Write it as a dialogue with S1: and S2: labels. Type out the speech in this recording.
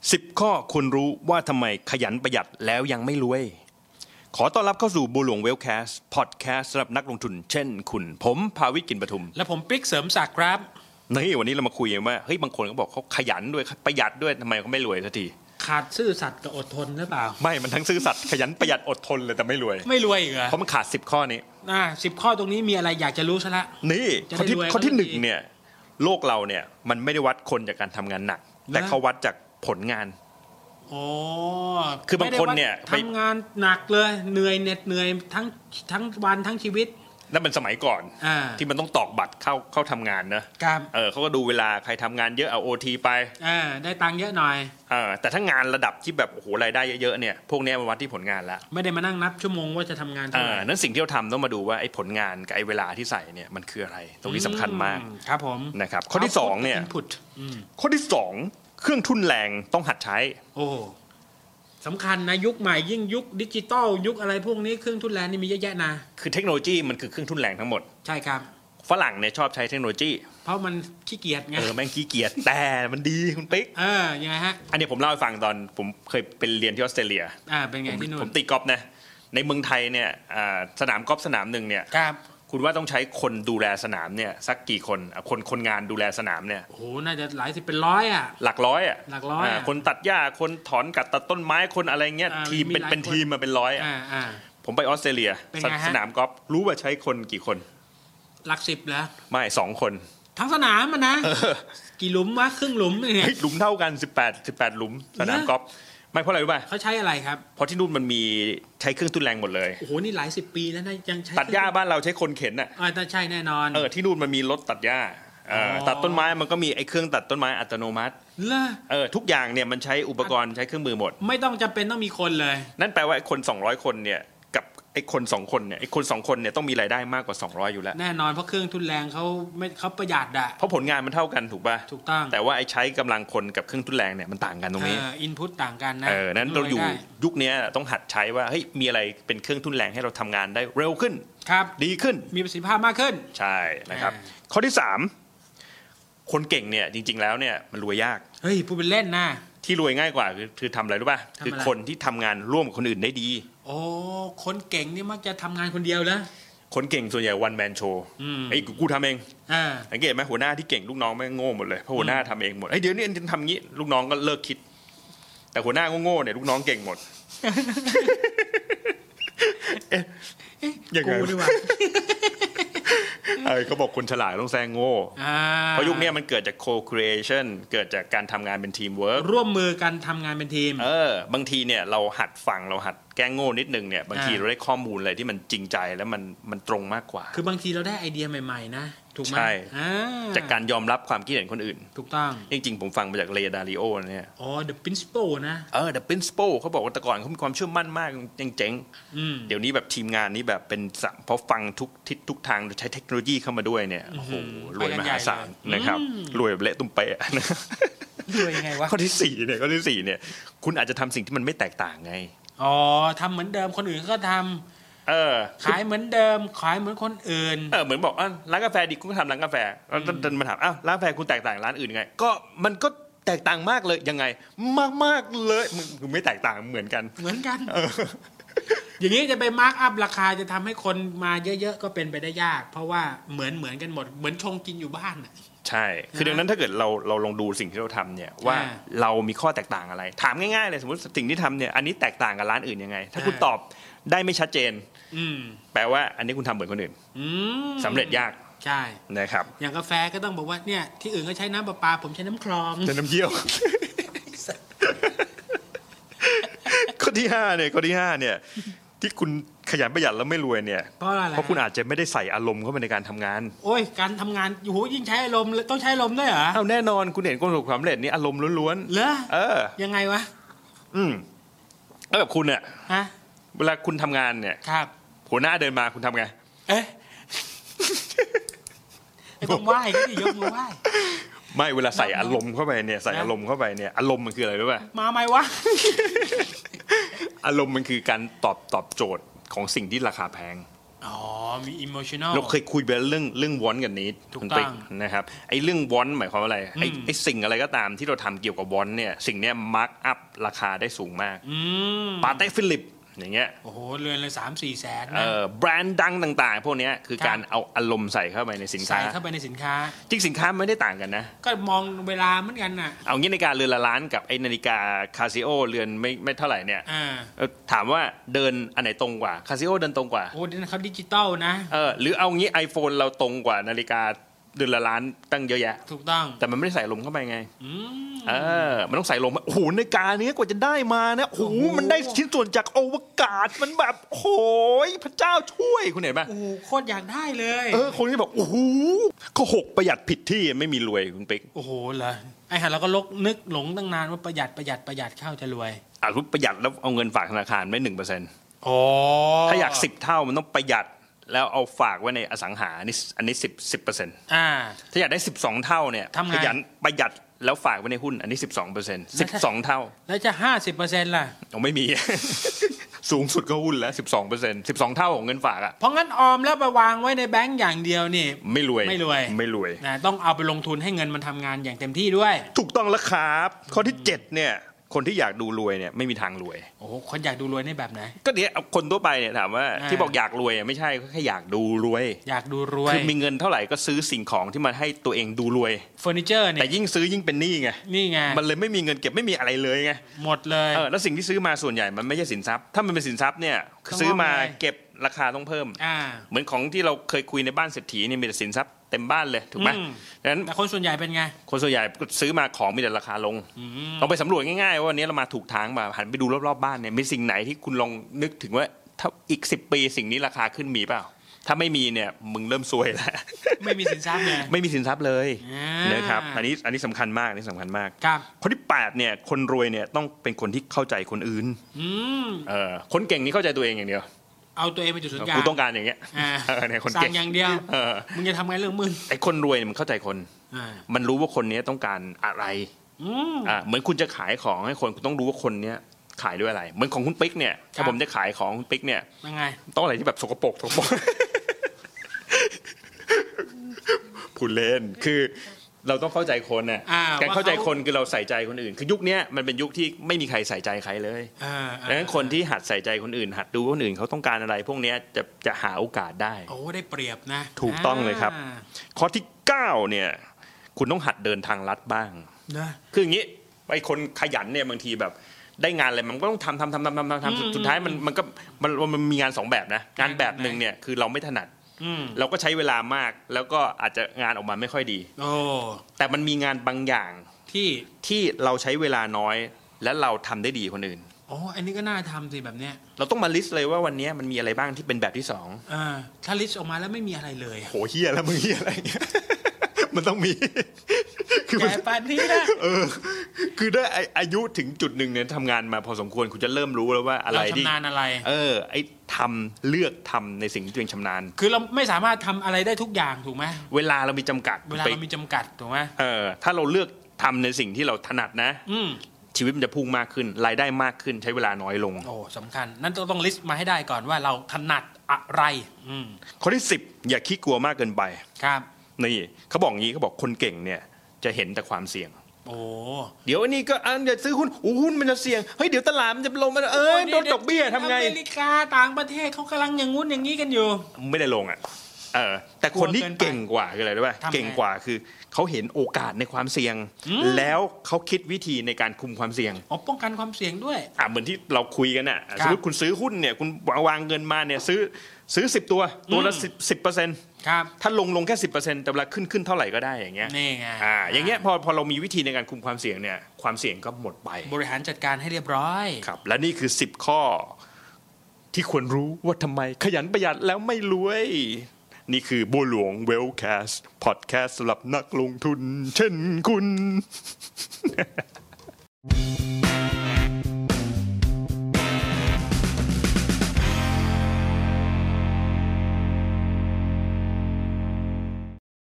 S1: 10 ข้อควรรู้ว่าทำไมขยันประหยัดแล้วยังไม่รวย ขอต้อนรับเข้าสู่บัวหลวงเวลแคสพอดแคสต์สำหรับนักลงทุน เช่น คุณผมภาวิทย์กินประทุม
S2: และผมปิ๊กเสริมศักดิ์ครับ
S1: นี่วันนี้เรามาคุยกันว่าเฮ้ยบางคนก็บอกเขาขยันด้วยประหยัดด้วยทำไมเขาไม่รวยสักที
S2: ขาดซื่อสัตย์กับอดทนหรือเปล่า
S1: ไม่มันทั้งซื่อสัตย์ขยันประหยัดอดทนเลยแต่ไม่รวย
S2: ไม่รวยอีกเหรอ
S1: เพราะมันขาด 10 ข้อนี้
S2: อ่าสิบข้อตรงนี้มีอะไรอยากจะรู้ซะละ
S1: นี่
S2: จะ
S1: ข้อ
S2: ได้
S1: ที่
S2: รวย
S1: ข้อที่
S2: ก็
S1: ห
S2: ดี
S1: นึ่งเนี่ยโลกเราเนี่ยมันไม่ได้วัดคนจากการทำงานหนัก แต่
S2: นะ
S1: เขาวัดจากผลงาน
S2: โอ้
S1: คือบางคนเนี่ยไป
S2: ไม่ได้ว่าทำงานหนักเลยเหนื่อยเหน็ดเหนื่อยทั้งทั้งวันทั้งชีวิต
S1: นั่นเป็นสมัยก่อน
S2: อ่า
S1: ที่มันต้องตอกบัตรเข้าเข้าทำงานนะ
S2: ครับ
S1: เออเขาก็ดูเวลาใครทำงานเยอะเอาโอทีไป
S2: อ่าได้ตังค์เยอะหน่อย
S1: เออแต่ถ้างานระดับที่แบบโอ้โหรายได้เยอะๆเนี่ยพวกเนี้ยมันวัดที่ผลงานละ
S2: ไม่ได้มานั่งนับชั่วโมงว่าจะทำงาน
S1: เอ
S2: เท่าไห
S1: อ
S2: ร่
S1: นั้นสิ่งที่เราทำต้องมาดูว่าไอ้ผลงานกับไอ้เวลาที่ใส่เนี่ยมันคืออะไร ตรงนี้สำคัญมาก
S2: อืครับผม
S1: นะครับข้อที่สองเนี่ย
S2: อาพุทกับ input อืม
S1: ข้อที่สองเครื่องทุ่นแรงต้องหัดใช้
S2: โอ้สำคัญนะยุคใหม่ยิ่งยุคดิจิตอลยุคอะไรพวกนี้เครื่องทุนแรงนี่มีเยอะแยะนะ
S1: คือเทคโนโลยีมันคือเครื่องทุ่นแรงทั้งหมด
S2: ใช่ครับ
S1: ฝรั่งเนี่ยชอบใช้เทคโนโลยี
S2: เพราะมันขี้เกียจไง
S1: เออแม่งขี้เกียจแต่มันดีคุณปิ๊ก
S2: เออยังไงฮะ
S1: อันนี้ผมเล่าให้ฟังตอนผมเคยเป็นเรียนที่ออสเตรเลีย
S2: อ่า เป็นไง
S1: ผม
S2: ที่นู่
S1: ผ
S2: น
S1: มตีกอล์ฟนะ ในเมืองไทยเนี่ยอ่าสนามกอล์ฟสนามหนึ่งเนี่ย
S2: ครับ
S1: คุณว่าต้องใช้คนดูแลสนามเนี่ยสักกี่คนอ่ะคนคนงานดูแลสนามเนี่ย
S2: โอ้โห น่าจะหลายสิบเป็นร้อยอ่ะ
S1: หลักร้อยอ่ะ
S2: หลักร้อยอ่ะ
S1: าคนตัดหญ้าคนถอนกัดตัดต้นไม้คนอะไรเงี้ย
S2: อ่า
S1: ทีมเป็น
S2: มีหลาย
S1: เป็น
S2: คน
S1: ทีมมาเป็นร้อยอ่ะ
S2: อ่าอ่า
S1: ผมไปออสเตรเลีย
S2: เป็น
S1: ส
S2: ไงฮะ
S1: สนามกอล์ฟรู้ว่าใช้คนกี่คน
S2: หลักสิบแล้ว
S1: ไม่สองคน
S2: ทั้งสนามมันนะ กี่หลุมวะครึ่งหลุมเนี่ย
S1: เฮ้ยหลุมเท่ากัน18 18 หลุมสนาม
S2: นะ
S1: กอล์ฟไม่เพราะอะไรรู้ป่ะ
S2: เขาใช้อะไรครับ
S1: เพราะที่นู่นมันมีใช้เครื่องทุนแรงหมดเลย
S2: โอ้โห นี่หลายสิบปีแล้วนะ ยังใช้
S1: ตัดหญ้าบ้านเราใช้คนเข็นอ่ะ
S2: อ่าแต่ใช่แน่นอน
S1: เออที่นู่นมันมีรถตัดหญ้าเอออ
S2: อ
S1: ตัดต้นไม้มันก็มีไอ้เครื่องตัดต้นไม้อัตโนมัติ
S2: เลอะ
S1: เออทุกอย่างเนี่ยมันใช้อุปกรณ์ใช้เครื่องมือหมด
S2: ไม่ต้องจำเป็นต้องมีคนเลย
S1: นั่นแปลว่าไอ้คน 200 คนเนี่ยกับไอ้คนสองคนเนี่ยไอ้คนสองคนเนี่ยต้องมีรายได้มากกว่า 200 อยู่แล้ว
S2: แน่นอนเพราะเครื่องทุนแรงเขาไม่เขาประหยัดอะ
S1: เพราะผลงานมันเท่ากันถูกป่ะ
S2: ถูกต้อง
S1: แต่ว่าไอ้ใช้กำลังคนกับเครื่องทุนแรงเนี่ยมันต่างกันตรงนี้
S2: อินพุตต่างกันนะ
S1: เออนั้นเราอยู่
S2: ได้
S1: ยุคเนี้ยต้องหัดใช้ว่าเฮ้ยมีอะไรเป็นเครื่องทุนแรงให้เราทำงานได้เร็วขึ้น
S2: ครับ
S1: ดีขึ้น
S2: มีประสิทธิภาพมากขึ้น
S1: ใช่นะครับ
S2: อ่
S1: ข้อที่ 3 คนเก่งเนี่ยจริง ๆ แล้วเนี่ยมันรวยยาก
S2: เฮ้ยพูดเป็นเล่นนะ
S1: ที่รวยง่ายกว่าคือคือทำอะไรรู้ป่ะ
S2: ทำอะไร
S1: คือคนที่ทำงานร่วมกับคนอื่นได้ดี
S2: โอ้คนเก่งนี่มักจะทำงานคนเดียวแล้ว
S1: คนเก่งส่วนใหญ่วันแมนโช
S2: อืม
S1: ไอ้ยกูกูทำเอง
S2: อ่า
S1: สังเกตไหมหัวหน้าที่เก่งลูกน้องแม่งโง่หมดเลยเพราะหัวหน้าทำเองหมดไอ้ยเดี๋ยวนี้ทำงี้ลูกน้องก็เลิกคิด แต่หัวหน้าโง่ๆเนี่ยลูกน้องเก่งหมด ยังไง
S2: กูดีกว่า
S1: เออเขาบอกคนฉลาดต้องแซงโง่
S2: อ่
S1: เพราะยุคเนี้ยมันเกิดจาก co-creation เกิดจากการทำงานเป็นทีมเวิร์
S2: ร่วมมือกันทำงานเป็นทีม
S1: เออบางทีเนี่ยเราหัดฟังเราหัดแกล้งโง่นิดนึงเนี่ยบางที
S2: อ่า
S1: เราได้ข้อมูลอะไรที่มันจริงใจแล้วมันมันตรงมากกว่า
S2: คือบางทีเราได้ไอเดียใหม่ๆนะ ถูกไหม
S1: ใช่
S2: อ่
S1: จากการยอมรับความคิดเห็นคนอื่น
S2: ถูกต้อง
S1: จริงๆ ผมฟังมาจากเรดาริโอเนี่ย
S2: อ๋อ the principle นะ
S1: เออ The Principle เขาบอกว่าแต่ก่อนเขามีความเชื่อมั่นมากยังเจ๋ง
S2: อืม
S1: เดี๋ยวนี้แบบทีมงานนี้แบบเป็นสัมพอฟังทุกทิศทุกทางใช้เทคโนโลยีเข้ามาด้วยเนี่ยโอ้โหรวยมหาศาล
S2: ไปกันใหญ่เลย
S1: นะครับ
S2: อืม
S1: รวยแบบเละตุ้มเปะ นะ
S2: รวยยังไงวะ
S1: ข้อที่สี่เนี่ยข้อที่สี่เนี่ยคุณอาจจะทำสิ่งที่มันไม่แตกต่างไง
S2: อ๋อทำเหมือนเดิมคนอื่นก็ทำ
S1: เออ
S2: ขายเหมือนเดิม ขายเหมือนคนอื่น
S1: เออเหมือนบอกอ่ะร้านกาแฟดีกูก็ทำร้านกาแฟแล้วเดินมาถามอ้าวร้านกาแฟคุณแตกต่างร้านอื่นยังไง ก็มันก็แตกต่างมากเลยยังไง มากมากๆเลยมึงมึงไม่แตกต่างเหมือนกัน
S2: เหมือนกัน
S1: เออ
S2: อย่างนี้จะไปมาร์กอัพราคาจะทำให้คนมาเยอะๆ ก็เป็นไปได้ยาก เพราะว่าเหมือนเหมือนกันหมด เหมือนชงกินอยู่บ้านน่ะ
S1: ใช่ คือดังนั้นถ้าเกิดเราเราลองดูสิ่งที่เราทำเนี่ยว่า
S2: อ่า
S1: เรามีข้อแตกต่างอะไร ถามง่ายๆเลยสมมติสิ่งที่ทำเนี่ยอันนี้แตกต่างกับร้านอื่นยังไง ถ้าคุณ
S2: อ่า
S1: ตอบได้ไม่ชัดเจน
S2: อืม
S1: แปลว่าอันนี้คุณทำเหมือนคนอื่น
S2: อืม
S1: สำเร็จยาก
S2: ใช่
S1: นะครับ
S2: อย่างกาแฟก็ต้องบอกว่าเนี่ยที่อื่นก็ใช้น้ำประปา ผมใช้น้ำคลอง
S1: จะน้ำเยี่ยว ข้อที่ห้าเนี่ยข้อที่ห้าเนี่ย ที่คุณขยันประหยัดแล้วไม่รวยเนี่ย
S2: เพราะอะไร
S1: เพราะคุณอาจจะไม่ได้ใส่อารมณ์เข้าไปในการทำงาน
S2: โอ้ยการทำงานโอ้โหยิ่งใช้อารมณ์เลยต้องใช้อารมณ์ด้วยเหรอ
S1: เอาแน่นอนคุณเห็นคนประสบความสำเร็จนี่อารมณ์ล้วน
S2: เหรอ
S1: ๆ เออ
S2: ยังไงวะ
S1: อืมแล้วแบบคุณเนี่ย
S2: ฮะ
S1: เวลาคุณทำงานเนี่ย
S2: ครับ
S1: หัวหน้าเดินมาคุณทำไง
S2: เอ๊ะ ไม่ต้องไหว้ก็ดิยกมือไหว้
S1: ไม่เวลาใส่อารมณ์เข้าไปเนี่ยใส่อารมณ์เข้าไปเนี่ยอารมณ์มันคืออะไรรู้ป่ะ
S2: มาไหมวะ
S1: อารมณ์มันคือการตอบตอบโจทย์ของสิ่งที่ราคาแพง
S2: อ๋อ มีอิ o มชั n น l ล
S1: เราเคยคุยไปแล้วเรื่องเรื่องวอนกับนิด
S2: ถูก
S1: คุณ
S2: ต้อง
S1: ปิ๊นะครับไอ้เรื่องวอนหมายความว่าอะไรไอ้
S2: อืม
S1: ไอ้สิ่งอะไรก็ตามที่เราทำเกี่ยวกับวอนเนี่ยสิ่งเนี้ยมาร์กอัพราคาได้สูงมาก
S2: อืม
S1: ปาเต้ฟิลิปอย่างเงี้ย
S2: โอ้โห เรือนเลยสามสี่แสน
S1: เอ่
S2: นะ
S1: อแบรนด์ดังต่าง ๆ พวกเนี้ยคือ
S2: ครับ
S1: การเอาอารมณ์ใส่เข้าไปในสิน
S2: ใส่
S1: ค้า
S2: เข้าไปในสินค้า
S1: จริงสินค้าไม่ได้ต่างกันนะ
S2: ก็มองเวลาเหมือนกันน่ะ
S1: เอางี้ในาฬิการเรือนละล้านกับไอ้นาฬิกาคาซิโอเรือนไม่ไม่เท่าไหร่เนี่ย
S2: อ่า
S1: เอ่อถามว่าเดินอันไหนตรงกว่าคาซิโอเดินตรงกว่า
S2: โอ้เดี๋ยวนะครับดิจิตอลนะ
S1: เออหรือเอางี้ iPhone เราตรงกว่านาฬิกาเรือนละล้านตั้งเยอะแยะ
S2: ถูกต้อง
S1: แต่มันไม่ได้ใส่ลมเข้าไปไง
S2: อืม
S1: เออ มันต้องใส่ลงมาโอ้โหนาฬิกาเนี้ยกว่าจะได้มานะโอ้โห
S2: โอ้โห
S1: มันได้ชิ้นส่วนจากอวกาศ มันแบบโอ้โหยพระเจ้าช่วยคุณเห็นปะ
S2: โอ้โหโคตรอยากได้เลย
S1: เออ คนที่บอกโอ้โหก็หกประหยัดผิดที่ไม่มีรวยคุณปิ๊ก
S2: โอ้โหเหรอ ไอ้ห่าเราก็ลกนึกหลงตั้งนานว่าประหยัดประหยัดประหยัดเข้าจะรวย
S1: อ่ะรู้ประหยัดแล้วเอาเงินฝากธนาคารไม่หนึ่งเปอร์เซ็นต์
S2: โอ้
S1: ถ้าอยากสิบเท่ามันต้องประหยัดแล้วเอาฝากไว้ในอสังหาอันนี้อันนี้สิบสิบเปอร์เซ็นต์
S2: อ่า
S1: ถ้าอยากได้สิบสองเท่าเนี่ย
S2: ทำไง
S1: ประหยัดประหยัดแล้วฝากไว้ในหุ้นอันนี้สิบสองเปอร์เซ็นต์สิบสองเท่า
S2: แล้วจะห้าสิบเปอร์เซ็นต์ล่ะ
S1: เอา ไม่มี สูงสุดก็หุ้นแล้ว 12เปอร์เซ็นต์12 เท่าของเงินฝากอะ
S2: เพราะงั้นออมแล้วไปวางไว้ในแบงก์อย่างเดียวนี่
S1: ไม่รวย
S2: ไม่รวย
S1: ไม่รวย
S2: นะต้องเอาไปลงทุนให้เงินมันทำงานอย่างเต็มที่ด้วย
S1: ถูกต้องแล้วครับ ข้อที่ 7 เนี่ย คนที่อยากดูรวยเนี่ยไม่มีทางรวย
S2: โอ้โหคนอยากดูรวยในแบบไหน
S1: ก็เนี่ยเอาคนทั่วไปเนี่ยถามว่า
S2: อ่า
S1: ที่บอกอยากรวยอะไม่ใช่ก็แค่อยากดูรวย
S2: อยากดูรวย
S1: คือมีเงินเท่าไหร่ก็ซื้อสิ่งของที่มันให้ตัวเองดูรวย
S2: เฟอร์นิเจอร์
S1: แต่
S2: เนี่ย
S1: ยิ่งซื้อยิ่งเป็นหนี้ไง
S2: นี่ไง
S1: มันเลยไม่มีเงินเก็บไม่มีอะไรเลยไง
S2: หมดเลย
S1: เออแล้วสิ่งที่ซื้อมาส่วนใหญ่มันไม่ใช่สินทรัพย์ ถ้ามันเป็นสินทรัพย์เนี่ย
S2: ต้อง
S1: ซื้อมา
S2: เอาไป
S1: เก็บราคาต้องเพิ่ม
S2: อ่า
S1: เหมือนของที่เราเคยคุยในบ้านเศรษฐีเนี่ยมีแต่สินทรัพย์เต็มบ้านเลยถูกไหม
S2: อืม
S1: ดังนั้น
S2: แต่คนส่วนใหญ่เป็นไง
S1: คนส่วนใหญ่ก็ซื้อมาของมีแต่ราคาลง
S2: อืม
S1: ลองไปสำรวจง่ายๆว่าวันนี้เรามาถูกทางมาหันไปดูรอบๆบ้านเนี่ยมีสิ่งไหนที่คุณลองนึกถึงว่าถ้าอีก 10 ปีสิ่งนี้ราคาขึ้นมีเปล่า ถ้าไม่มีเนี่ยมึงเริ่มซวย แล้ว
S2: ไม่มีสินทรัพย์ไง
S1: ไม่มีสินทรัพย์เลย
S2: อ่า
S1: นะครับอันนี้อันนี้สำคัญมากอันนี้สำคัญมาก
S2: ครับ
S1: ข้อที่8เนี่ยคนรวยเนี่ยต้องเป็นคนที่เข้าใจคนอื่น
S2: อืม
S1: เออคนเก่งนี่เข้าใจตัวเองอย่างเดียว
S2: เอาตัวเองเป็นจุดศูนย์กลาง
S1: กูต้องการอย่างเงี้ย
S2: อ่า
S1: เออเนี่ยคน
S2: สั่
S1: เก่
S2: ง
S1: ง
S2: อย่างเดียว
S1: เออ
S2: มึงจะทำไงเรื่องมึง
S1: ไอ้คนรวยเนี่ยมันเข้าใจคน
S2: อ่า
S1: มันรู้ว่าคนเนี้ยต้องการอะไร
S2: อืม
S1: อ่า เหมือนคุณจะขายของให้คนคุณต้องรู้ว่าคนเนี้ยขายด้วยอะไร เหมือนของคุณปิ๊กเนี่ย
S2: ครั
S1: ถ้า
S2: บ
S1: ผมจะขายของคุณปิ๊กเนี่ย
S2: ยังไง
S1: ต้องอะไรที่แบบสกปรกสกปร ก พูดเล่น คือเราต้องเข้าใจคนน่ะ
S2: อ่า
S1: การ
S2: ว่า
S1: เข้าใจ
S2: เขา
S1: คนคือเราใส่ใจคนอื่น คือยุคเนี้ยมันเป็นยุคที่ไม่มีใครใส่ใจใครเลย
S2: อ่า
S1: ดังนั้นคนที่หัดใส่ใจคนอื่น หัดดูว่าคนอื่นเขาต้องการอะไร พวกเนี้ยจะจะหาโอกาสได้
S2: โอ้ได้เปรียบนะ
S1: ถูกต้องเลยครับ
S2: า
S1: ข้อที่เก้าเนี่ย คุณต้องหัดเดินทางลัดบ้าง
S2: นะ
S1: คืออย่างนี้ไอคนขยันเนี่ยบางทีแบบได้งานอะไรมันก็ต้องทำทำทำทำทำทำทำสุด
S2: อืม
S1: สุดท้ายมันมันก็มันมันมีงานสองแบบนะงานแบบหนึ่งเนี่ยคือเราไม่ถนัด
S2: ืม
S1: เราก็ใช้เวลามาก แล้วก็อาจจะงานออกมาไม่ค่อยดี
S2: โอ้
S1: แต่มันมีงานบางอย่าง
S2: ที่
S1: ที่เราใช้เวลาน้อย และเราทำได้ดีกว่าคนอื่น
S2: โอ้อันนี้ก็น่าทำสิแบบเนี้ย
S1: เราต้องมาลิสต์เลยว่าวันนี้มันมีอะไรบ้างที่เป็นแบบที่สอง
S2: อ่าถ้าลิสต์ออกมาแล้วไม่มีอะไรเลยอะ
S1: โหเฮียแล้วมึงเฮียอะไรเงี้ย มันต้องมีคือ
S2: แก
S1: มัน
S2: ปานนี้นะ
S1: เออคือได้อาอายุถึงจุดหนึ่งเนี่ยทำงานมาพอสมควรคุณจะเริ่มรู้แล้วว่าอะไร
S2: เรา
S1: ที่
S2: ชำนาญอะไร
S1: เออ ไอ้ทำเลือกทำในสิ่งที่ตัวเองชำนาญ
S2: คือเราไม่สามารถทำอะไรได้ทุกอย่างถูกไหม
S1: เวลาเรามีจำกัด
S2: เวลา
S1: ไป
S2: เรามีจำกัดถูกไหม
S1: เออ ถ้าเราเลือกทำในสิ่งที่เราถนัดนะ
S2: อืม
S1: ชีวิตมันจะพุ่งมากขึ้น รายได้มากขึ้นใช้เวลาน้อยลง
S2: โอ้สำคัญ นั่นต้องต้องลิสต์มาให้ได้ก่อนว่าเราถนัดอะไร อืม
S1: ข้อที่ 10 อย่าขี้กลัวมากเกินไป
S2: ครับ
S1: นี่เขาบอกงี้เขาบอกคนเก่งเนี่ย จะเห็นแต่ความเสี่ยง
S2: โอ้
S1: เดี๋ยวอันนี้ก็อันเดี๋ยวซื้อหุ้นอู้หุ้นมันจะเสี่ยงเฮ้ยเดี๋ยวตลาดมันจะลงมันเอ้ยโดนดอกเบี้ยทำไง
S2: อเมริกาต่างประเทศเขากำลังอย่างงู้นอย่างนี้กันอยู่
S1: ไม่ได้ลงอ่ะ เออ แต่คนที่
S2: กลัวเกินไป
S1: เก่งกว่าคืออะไรรู้ป่ะ
S2: ทำไง
S1: เก่งกว่าคือเขาเห็นโอกาสในความเสี่ยง
S2: อืม
S1: แล้วเขาคิดวิธีในการคุมความเสี่ยง
S2: อ๋อป้องกันความเสี่ยงด้วย
S1: อ่ะเหมือนที่เราคุยกันน่ะ สมมติคุณซื้อหุ้นเนี่ย คุณวางเงินมาเนี่ยซื้อซื้อสิบตัว ตัวละ
S2: อืม
S1: สิบสิบเปอร์เซ็นต์
S2: ครับ
S1: ถ้าลงลงแค่สิบเปอร์เซ็นต์แต่เวลาขึ้นขึ้นเท่าไหร่ก็ได้อย่างเงี้ย
S2: นี่ไง
S1: อ่า อย่างเงี้ยพอพอเรามีวิธีในการคุมความเสี่ยงเนี่ย ความเสี่ยงก็หมดไป
S2: บริหารจัดการให้เรียบร้อย
S1: ครับ และนี่คือ 10 ข้อที่ควรรู้ว่าทำไมขยันประหยัดแล้วไม่รวย นี่คือบัวหลวงเวลแคสพอดแคสสำหรับนักลงทุน เช่นคุณ